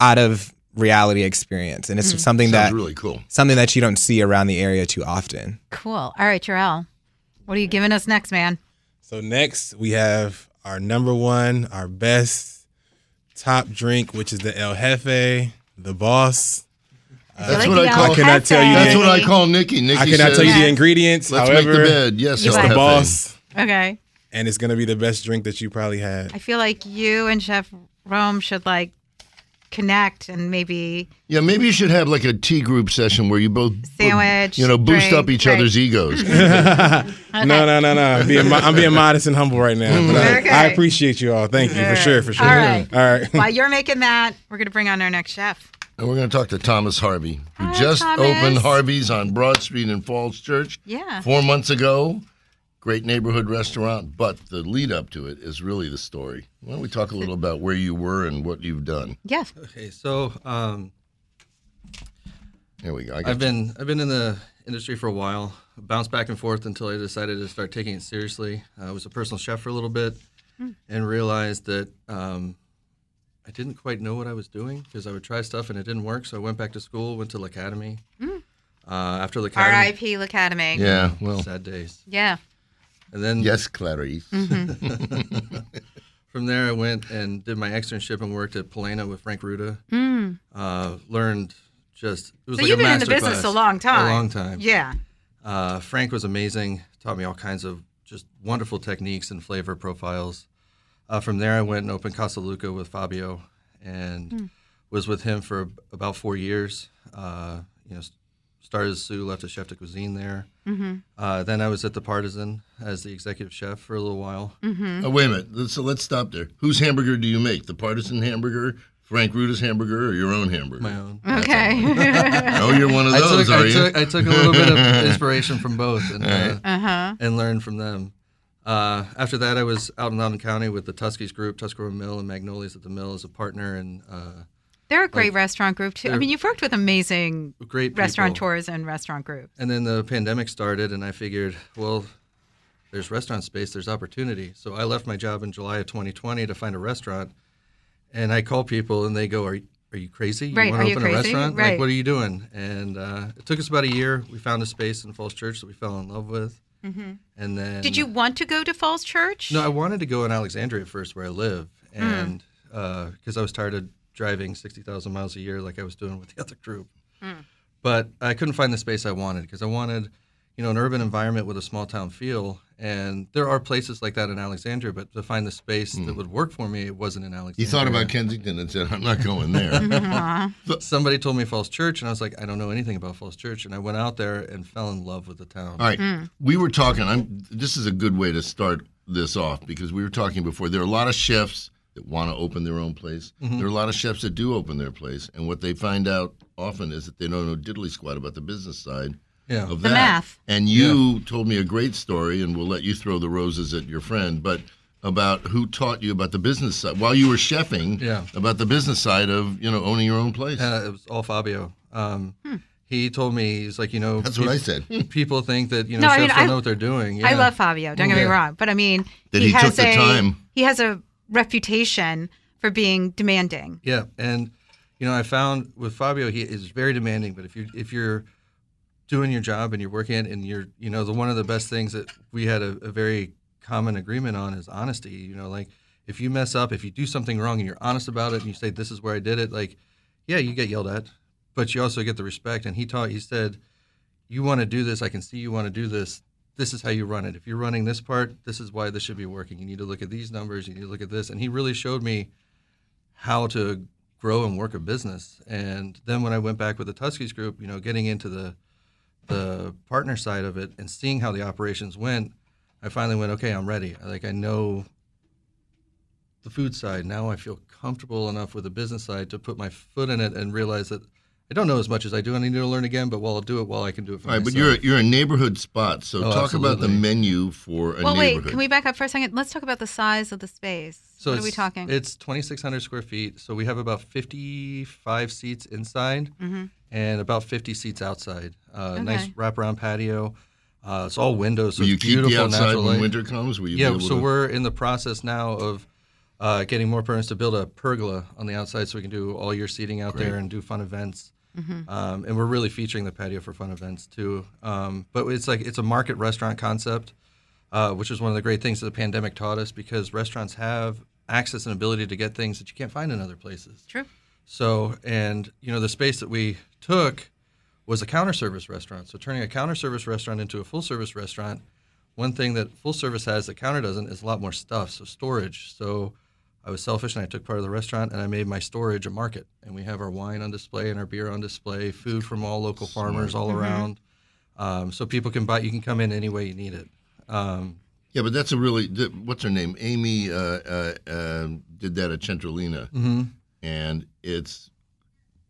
out of reality experience, and it's something
Hmm. Sounds
that
really cool.
something that you don't see around the area too often.
Cool. All right, Jarrell, what are you giving us next, man?
So next we have our number one, our best top drink, which is the El Jefe, the boss. Uh,
That's
You
what
the
I call-
I cannot tell you
Alcafe?
That's what I call Nikki. Nikki
I cannot
says,
tell you the
Yes.
ingredients.
Let's
however,
make the bed. Yes,
it's
El
the
Jefe.
boss,
Okay.
and it's gonna be the best drink that you probably had.
I feel like you and Chef Rome should like connect and maybe
Yeah, maybe you should have like a tea group session where you both
Sandwich,
you know, boost
drink,
up each
drink.
other's egos.
No, no, no, no. I'm being, mo- I'm being modest and humble right
Mm.
now. But I,
Okay.
I appreciate you all. Thank you for sure, for sure.
All right.
All right.
while you're making that, we're gonna bring on our next chef.
And we're going to talk to Thomas Harvey, who
Hi,
just
Thomas.
opened Harvey's on Broad Street in Falls Church
Yeah.
four months ago. Great neighborhood restaurant, but the lead up to it is really the story. Why don't we talk a little about where you were and what you've done?
Yeah.
Okay, so um,
There we go. I
I've
got
been I've been in the industry for a while, bounced back and forth until I decided to start taking it seriously. I was a personal chef for a little bit, and realized that um, I didn't quite know what I was doing because I would try stuff and it didn't work. So I went back to school, went to L'Academy. Uh, after L'Academy,
R.I.P. Academy.
yeah, well,
sad days.
Yeah.
And then
yes, Clarice.
Mm-hmm.
from there, I went and did my externship and worked at Polena with Frank Ruda. Uh, learned just it was
Hmm. So
like
you've
a
been in the
master
business
class.
a long time.
A long time.
Yeah.
Uh, Frank was amazing. Taught me all kinds of just wonderful techniques and flavor profiles. Uh, from there, I went and opened Casa Luca with Fabio, and
Hmm.
was with him for ab- about four years. Uh, you know, s- started as Sue, left as chef de cuisine there.
Hmm. Mm-hmm.
Uh, then I was at the Partisan as the executive chef for a little while.
Mm-hmm.
Oh, wait a minute. Let's- So let's stop there. Whose hamburger do you make? The partisan hamburger, Frank Ruta's hamburger, or your own hamburger?
My own.
Okay.
Oh, you're one of
I
those,
took,
are
I,
you?
took, I took a little bit of inspiration from both and, uh,
Uh-huh.
and learned from them. Uh, after that, I was out in Loudoun County with the Tuskies Group, Tuscarora Mill, and Magnolias at the Mill as a partner and uh,
They're a great restaurant group too. I
they're-
mean, you've worked with amazing
great people.
restaurateurs and restaurant groups.
And then the pandemic started, and I figured, well, there's restaurant space, there's opportunity. So I left my job in July of 2020 to find a restaurant. And I call people, and they go, "Are you, are you crazy? You
Right,
want
are
to
you
open a
crazy?
restaurant?
Right.
Like, what are you doing?" And uh, it took us about a year. We found a space in Falls Church that we fell in love with.
Mm-hmm.
And then
Did you want to go to Falls Church?
No, I wanted to go in Alexandria first, where I live, and because I was tired of driving sixty thousand miles a year, like I was doing with the other group. But I couldn't find the space I wanted because I wanted, you know, an urban environment with a small town feel. And there are places like that in Alexandria, but to find the space that would work for me, it wasn't in
Hmm. You
Alexandria.
thought about Kensington and said, I'm not going there.
somebody told me Falls Church, and I was like, I don't know anything about Falls Church, and I went out there and fell in love with the town.
All right.
Hmm.
We were talking. I'm. This is a good way to start this off because we were talking before. There are a lot of chefs that want to open their own place.
Mm-hmm.
There are a lot of chefs that do open their place, and what they find out often is that they don't know diddly squat about the business side
Yeah.
of
The
that.
math.
And you told me a great story, and we'll let you throw the roses at your friend, but about who taught you about the business side while you were chefing.
Yeah.
About the business side of you know owning your own place.
Uh, it was all Fabio. Um,
Hmm.
He told me he's like, you know,
That's what
peop-
I said.
People think that you know
No, I
chefs
mean,
don't
I-
know what they're doing.
I
Yeah.
love Fabio. Don't get me
Yeah.
wrong, but I mean,
That he took
has
the
a
time.
he has a reputation for being demanding.
Yeah, and you know, I found with Fabio, he is very demanding. But if you if you're doing your job and you're working it and you're you know the one of the best things that we had a, a very common agreement on is honesty. You know, like if you mess up, if you do something wrong, and you're honest about it, and you say this is where I did it, like yeah, you get yelled at, but you also get the respect. And he taught. He said, you want to do this. I can see you want to do this. This is how you run it. If you're running this part, this is why this should be working. You need to look at these numbers. You need to look at this. And he really showed me how to grow and work a business. And then when I went back with the Tuskies group, you know, getting into the the partner side of it and seeing how the operations went, I finally went, okay, I'm ready. Like I know the food side. Now I feel comfortable enough with the business side to put my foot in it and realize that I don't know as much as I do and I need to learn again, but while I'll do it, while I can do it for
All right,
myself.
but you're you're a neighborhood spot, so
uh, Oh,
talk about the
absolutely.
menu for a
well, wait,
neighborhood.
can we back up for a second? Let's talk about the size of the space. what are we
it's-
talking?
It's 2,600 square feet. So we have about 55 seats inside and about 50 seats outside. Uh, Nice
Mm-hmm. Okay.
wraparound patio. Uh, it's all windows. So
Will you
it's
keep the
beautiful
outside
natural
when
light.
winter comes? Will you be
yeah.
able
So
to-
we're in the process now of uh, getting more permits to build a pergola on the outside so we can do all your seating out there and do fun events. Um, and we're really featuring the patio for fun events too. Um, but it's like it's a market restaurant concept uh, which is one of the great things that the pandemic taught us because restaurants have access and ability to get things that you can't find in other places.
True.
So, and you know, the space that we took was a counter service restaurant. So, turning a counter service restaurant into a full service restaurant, one thing that full service has that counter doesn't is a lot more stuff. So, storage. So, I was selfish and I took part of the restaurant and I made my storage a market. And we have our wine on display and our beer on display, food from all local farmers all around. Um, so, people can buy, you can come in any way you need it. Um,
yeah, but that's a really th- what's her name? Amy uh, uh, uh, did that at Centralina, and it's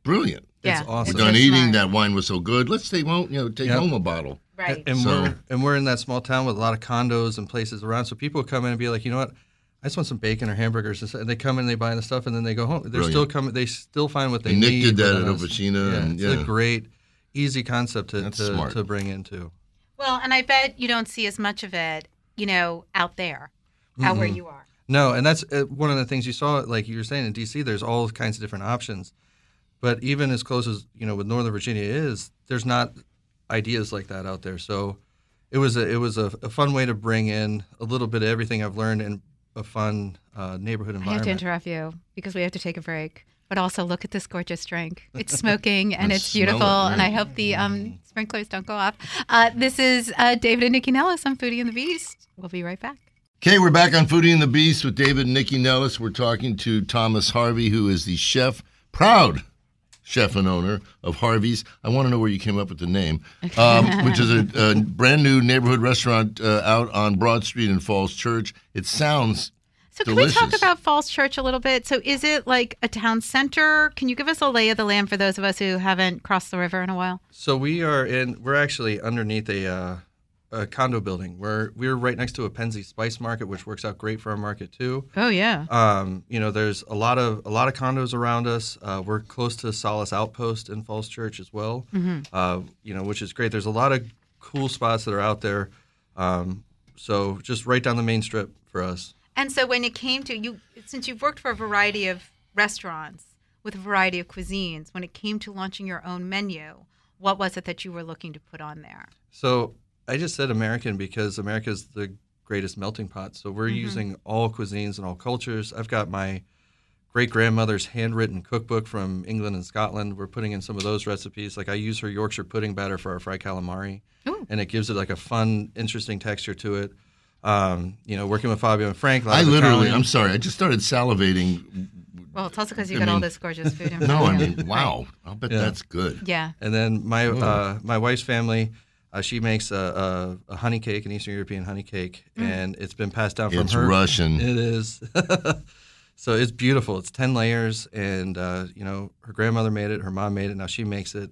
brilliant.
yeah.
Mm-hmm. it's awesome.
We're
It's
done
so smart.
eating. That wine was so good. Let's take home, you know, take
Yep.
home a bottle.
Right.
And
So-
we're and we're in that small town with a lot of condos and places around. So people come in and be like, you know what, I just want some bacon or hamburgers, and, so, and they come in and they buy the stuff, and then they go home. They're
Brilliant.
still coming. They still find what they
And Nick
need.
did that
within
at
us.
Ovechkina,
Yeah,
and-
it's
yeah.
a great, easy concept to
That's
to,
smart.
to bring into.
Well, and I bet you don't see as much of it, you know, out there, out where you are.
No, and that's uh, one of the things you saw, like you were saying in D.C. There's all kinds of different options, but even as close as you know, with Northern Virginia is, there's not ideas like that out there. So it was a it was a, a fun way to bring in a little bit of everything I've learned in a fun uh, neighborhood
I have
environment.
to interrupt you because we have to take a break. But also look at this gorgeous drink. It's smoking and
And
it's
smell it,
beautiful. And
right.
I hope the um, sprinklers don't go off. Uh, this is uh, David and Nikki Nellis on Foodie and the Beast. We'll be right back.
Okay, we're back on Foodie and the Beast with David and Nikki Nellis. We're talking to Thomas Harvey, who is the chef, proud chef and owner of Harvey's. I want to know where you came up with the name, um, which is a, a brand new neighborhood restaurant uh, out on Broad Street in Falls Church. It sounds
So can
delicious.
we talk about Falls Church a little bit? So is it like a town center? Can you give us a lay of the land for those of us who haven't crossed the river in a while?
So we are in. We're actually underneath a, uh, a condo building. We're we're right next to a Penzi Spice Market, which works out great for our market too.
Oh yeah.
Um, you know, there's a lot of a lot of condos around us. Uh, we're close to Solace Outpost in Falls Church as well.
Mm-hmm.
Uh, you know, which is great. There's a lot of cool spots that are out there. Um, so just right down the main strip for us.
And so when it came to you, since you've worked for a variety of restaurants with a variety of cuisines, when it came to launching your own menu, what was it that you were looking to put on there?
So I just said American because America is the greatest melting pot. So we're using all cuisines and all cultures. I've got my great grandmother's handwritten cookbook from England and Scotland. We're putting in some of those recipes. Like I use her Yorkshire pudding batter for our fried calamari,
Ooh.
and it gives it like a fun, interesting texture to it. Um, you know, working with Fabio and Frank. a lot
I
of
literally,
Italian-
I'm sorry, I just started salivating.
Well, it's also because you
I
got all
mean-
this gorgeous food. In
No, I
front of you.
mean, wow, I'll bet
Yeah.
that's good.
Yeah.
And then my uh, my wife's family, uh, she makes a, a, a honey cake, an Eastern European honey cake,
Mm.
and it's been passed down from
It's
her.
Russian.
It is. so it's beautiful. It's ten layers, and uh, you know her grandmother made it, her mom made it, now she makes it,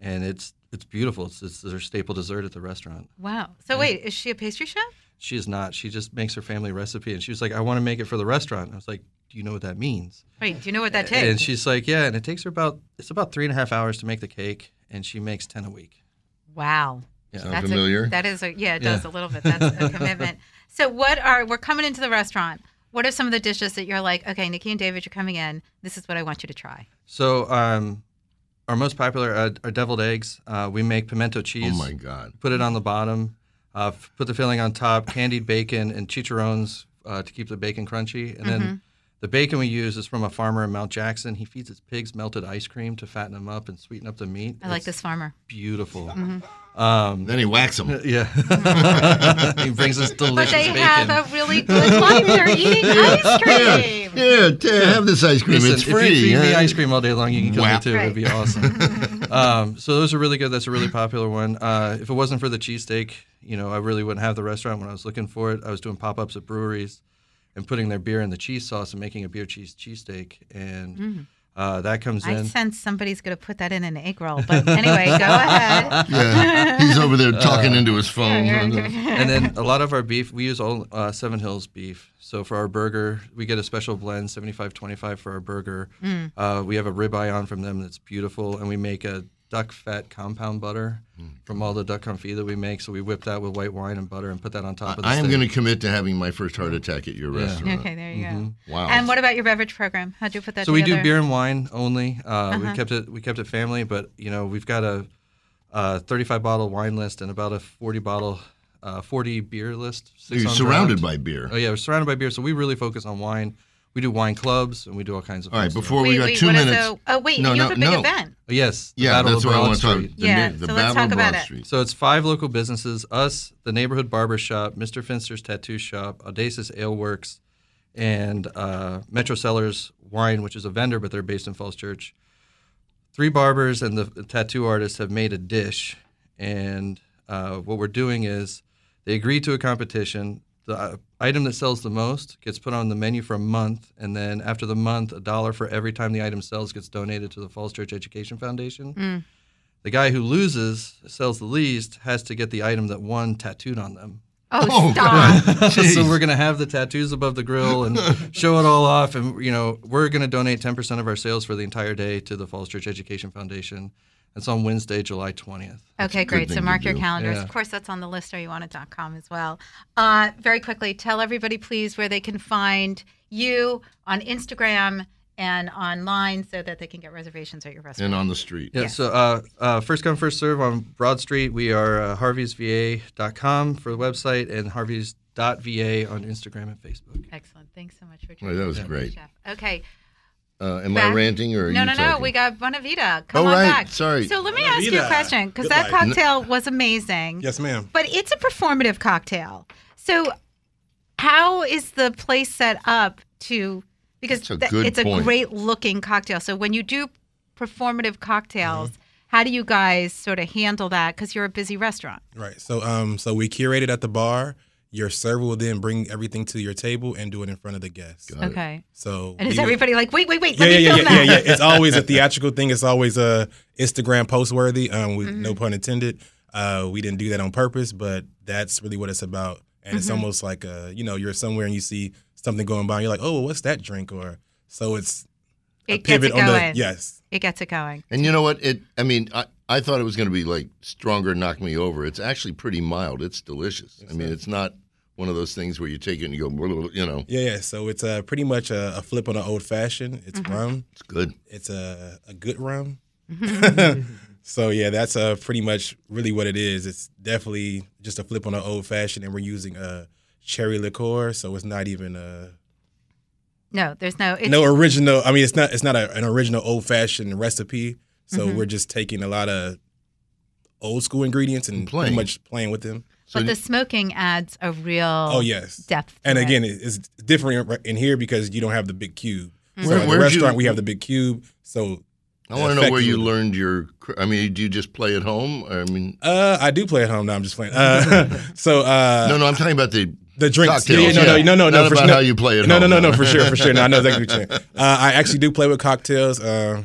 and it's it's beautiful. It's, it's their staple dessert at the restaurant.
Wow. So wait, is she a pastry chef?
She is not. She just makes her family recipe, and she was like, "I want to make it for the restaurant." And I was like, "Do you know what that means?"
Wait, do you know what that
And
takes?
she's like, "Yeah." And it takes her about it's about three and a half hours to make the cake, and she makes ten a week.
Wow.
Sound familiar?
A, that is a yeah, it does a little bit. That's a commitment. So what are we're coming into the restaurant? What are some of the dishes that you're like, okay, Nikki and David, you're coming in. This is what I want you to try.
So um, our most popular uh, are deviled eggs. Uh, we make pimento cheese.
Oh my God.
Put it on the bottom. Uh, f- put the filling on top. Candied bacon and chicharrones uh, to keep the bacon crunchy. And
Mm-hmm.
then the bacon we use is from a farmer in Mount Jackson. He feeds his pigs melted ice cream to fatten them up and sweeten up the meat.
I like
It's
this farmer. Mm-hmm.
Beautiful. Um,
Then he whacks them.
Yeah. he brings us
But
delicious
they
bacon.
have a really good life. They're eating ice cream.
Yeah, t- have this ice cream.
Listen,
it's
If you
free.
feed me
huh?
ice cream all day long, you can kill
Wow.
me too. It'd be awesome. um, so those are really good. That's a really popular one. Uh, if it wasn't for the cheesesteak, you know, I really wouldn't have the restaurant when I was looking for it. I was doing pop ups at breweries and putting their beer in the cheese sauce and making a beer cheese cheesesteak, and uh, that comes
Mm. I
in.
sense somebody's going to put that in an egg roll. But anyway, go ahead.
Yeah, he's over there
Uh,
talking into his phone.
and then a lot of our beef, we use all uh, Seven Hills beef. So for our burger, we get a special blend, 75-25 for our burger.
Mm.
Uh, we have a ribeye on from them that's beautiful, and we make a duck fat compound butter
Mm.
from all the duck confit that we make. So we whip that with white wine and butter and put that on top of the
I am
steak.
going to commit to having my first heart attack at your restaurant.
Okay, there you go.
Mm-hmm. Wow.
And what about your beverage program? How'd you put that
So we
together? Uh-huh.
do beer and wine only. Uh, We kept it we kept it family, but you know we've got a, uh 35 bottle wine list and about a 40 bottle, uh, 40 beer list. six
You're
on
surrounded
draft.
by beer.
Oh yeah, we're surrounded by beer, so we really focus on wine. We do wine clubs and we do all kinds of.
All right,
fun stuff.
before we
Wait,
got
wait,
two
what is
minutes.
a- oh, wait,
No,
you
no,
have a big
no.
event.
Oh, yes, the
yeah,
Battle of
that's what I
Broad
want to talk
Street.
about. The,
Yeah,
na- the
so let's
Battle
talk
of
about
Broad
it.
Street.
So it's five local businesses: us, the neighborhood barber shop, Mr. Finster's tattoo shop, Audacious Ale Works, and uh, Metro Cellars Wine, which is a vendor, but they're based in Falls Church. Three barbers and the tattoo artist have made a dish, and uh, what we're doing is they agree to a competition. The uh, item that sells the most gets put on the menu for a month, and then after the month, a dollar for every time the item sells gets donated to the Falls Church Education Foundation. The guy who loses, sells the least, has to get the item that won tattooed on them.
Oh,
Oh,
stop.
Jeez.
so we're gonna have the tattoos above the grill and show it all off, and you know we're gonna donate 10% of our sales for the entire day to the Falls Church Education Foundation. That's on Wednesday, July 20th.
Okay, great. So
thing to
mark your
do.
calendars.
Yeah.
Of course, that's on the list, or you want it.com as well. Uh, very quickly, tell everybody, please, where they can find you on Instagram and online so that they can get reservations at your restaurant.
and on the street.
Yeah. So uh, uh, first come, first serve on Broad Street. We are uh, harveysva.com for the website and harveys.va on Instagram and Facebook.
Excellent. Thanks so much for
Right,
joining
that was
us,
great.
Chef. Okay.
Uh, am I
Back-
ranting or are
no,
you
no, no.
talking?
We got Bonavita. Come
Oh,
on
right.
back.
Sorry.
So let me ask you a
Bonavita.
question because
Good
that
life.
cocktail was amazing.
Yes, ma'am.
But it's a performative cocktail. So how is the place set up to because
That's a
th-
good
it's a
point.
great looking cocktail. So when you do performative cocktails,
Mm-hmm.
how do you guys sort of handle that cuz you're a busy restaurant?
Right. So um so we curate it at the bar. Your server will then bring everything to your table and do it in front of the guests.
Got it.
Okay.
So
And is
we-
everybody like, "Wait, wait, wait,
yeah,
let me
yeah,
film
yeah, yeah,
that."
yeah, yeah. It's always a theatrical thing. It's always uh, Instagram post worthy. Um, with
Mm-hmm.
no pun intended. Uh, we didn't do that on purpose, but that's really what it's about. And
Mm-hmm.
it's almost like uh, you know, you're somewhere and you see something going by, and you're like, oh, what's that drink? Or so it's a
It gets
pivot
it
on
going.
the yes.
It gets it going.
And you know what? It. I mean, I, I thought it was going to be like stronger, knock me over. It's actually pretty mild. It's delicious. I mean, it's not one of those things where you take it and you go, you know,
Yeah, yeah. So it's uh, pretty much a, a flip on an old fashioned. It's
Mm-hmm.
rum.
it's good.
It's a, a good rum.
Mm-hmm.
so yeah, that's uh, pretty much really what it is. It's definitely just a flip on an old fashioned, and we're using uh, cherry liqueur, so it's not even a
No, there's no it's
no original. I mean, it's not it's not a, an original old fashioned recipe. So
Mm-hmm.
we're just taking a lot of old school ingredients and
Playing.
pretty much playing with them.
So
but the smoking adds a real
Oh yes,
depth. to
And
it.
again, it- it's different in here because you don't have the big cube. So
Hmm. Where-
at the
where'd you-
restaurant, we have the big cube. So
I want to know where you
effectively-
learned your. cr- I mean, do you just play at home? Or, I mean,
Uh, I do play at home. No, I'm just playing. Uh, so uh,
no, no, I'm talking about the.
the drinks.
Cocktails,
Yeah, no,
yeah.
no, no, no,
Not
no. For,
about
no,
how you play at home,
no, No, no,
no.
no, for sure, for sure. No, I know exactly what you're saying. Uh, I actually do play with cocktails. Uh,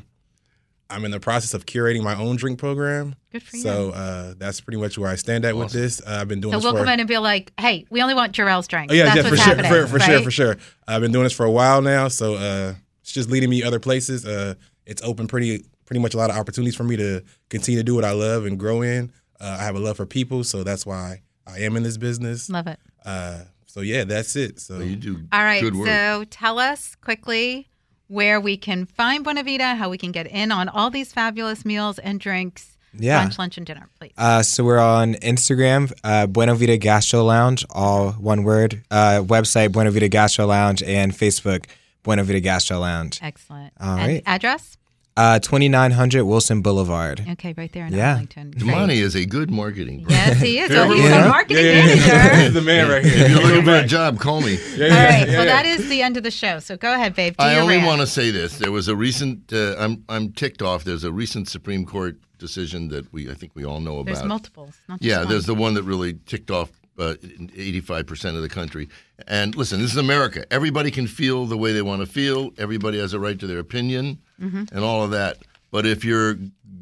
I'm in the process of curating my own drink program.
Good for
So uh, that's pretty much where I stand at with this. Uh, I've been doing
So
this
we'll
for
come in and be like, "Hey, we only want Jarrell's drink."
Oh, yeah,
That's
yeah, for
what's
sure,
happening,
for, for sure,
right?
for sure. I've been doing this for a while now, so uh, it's just leading me other places. Uh, it's opened pretty pretty much a lot of opportunities for me to continue to do what I love and grow in. Uh, I have a love for people, so that's why I am in this business.
Love it.
Uh, so yeah, that's it. So
You do.
All right.
Good work.
So tell us quickly where we can find Buena Vida, how we can get in on all these fabulous meals and drinks,
Yeah.
brunch, lunch, and dinner, please.
Uh, so we're on Instagram, uh, Buena Vita Gastro Lounge, all one word. Uh, website, Buena Vita Gastro Lounge, and Facebook, Buena Vita Gastro Lounge.
Excellent.
all
And
right.
Address?
Uh, 2900 Wilson Boulevard.
Okay, right there in
Yeah.
Arlington. Great.
Damani is a good marketing. person.
Yes, he is. Well, he's
Yeah.
a marketing
He's
manager.
the man right
If you're
here.
looking for a job, call me.
All right. Well, that is the end of the show. So go ahead, babe. Do
I
your
only
rant.
want to say this. There was a recent. Uh, I'm I'm ticked off. There's a recent Supreme Court decision that we I think we all know
There's
about.
multiples. Not just
Yeah,
one.
there's the one that really ticked off uh, 85% of the country. And listen, this is America. Everybody can feel the way they want to feel. Everybody has a right to their opinion and all of that. But if you're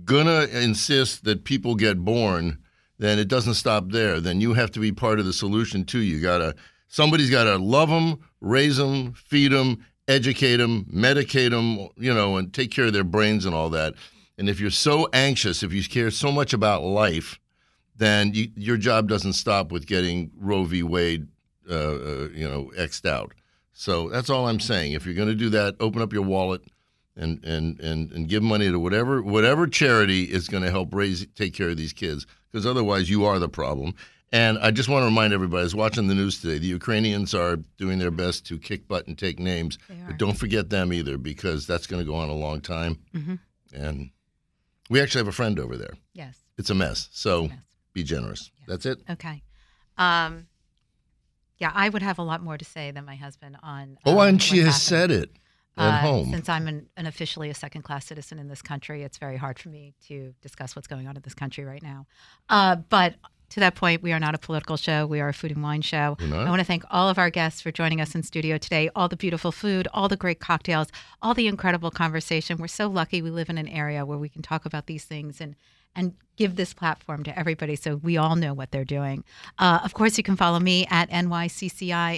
going to insist that people get born, then it doesn't stop there. Then you have to be part of the solution too. You got to somebody's got to love them, raise them, feed them, educate them, medicate them, you know, and take care of their brains and all that. And if you're so anxious, if you care so much about life, then you, your job doesn't stop with getting Roe v. Wade, uh, uh, you know, xed out. So that's all I'm saying. If you're going to do that, open up your wallet and and and and give money to whatever whatever charity is going to help raise take care of these kids because otherwise you are the problem. And I just want to remind everybody, I was watching the news today. The Ukrainians are doing their best to kick butt and take names, but don't forget them either because that's going to go on a long time. And we actually have a friend over there
Yes.
it's a mess. So
mess.
be generous. That's it.
Okay. Um, yeah, I would have a lot more to say than my husband on.
Oh,
um,
and she
what
has
happened.
said it at
Uh,
home.
Since I'm an, an officially a second class citizen in this country, it's very hard for me to discuss what's going on in this country right now. Uh, but to that point, we are not a political show. We are a food and wine show. I want to thank all of our guests for joining us in studio today. All the beautiful food, all the great cocktails, all the incredible conversation. We're so lucky we live in an area where we can talk about these things and and give this platform to everybody so we all know what they're doing. Uh, of course, you can follow me at NYCCI,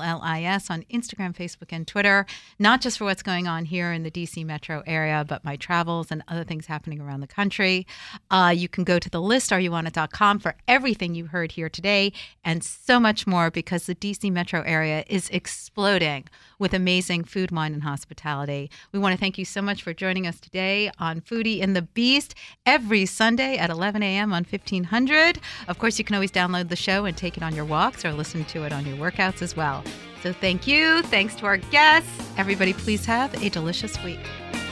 N-E-L-L-I-S on Instagram, Facebook, and Twitter, not just for what's going on here in the DC metro area, but my travels and other things happening around the country. Uh, you can go to the list, areyouonit.com, for everything you heard here today and so much more because the DC metro area is exploding with amazing food, wine, and hospitality. We want to thank you so much for joining us today on Foodie and the Beast every Sunday at 11 a.m. on 1500. Of course, you can always download the show and take it on your walks or listen to it on your workouts as well. So, thank you. Thanks to our guests. Everybody, please have a delicious week. Mm-hmm.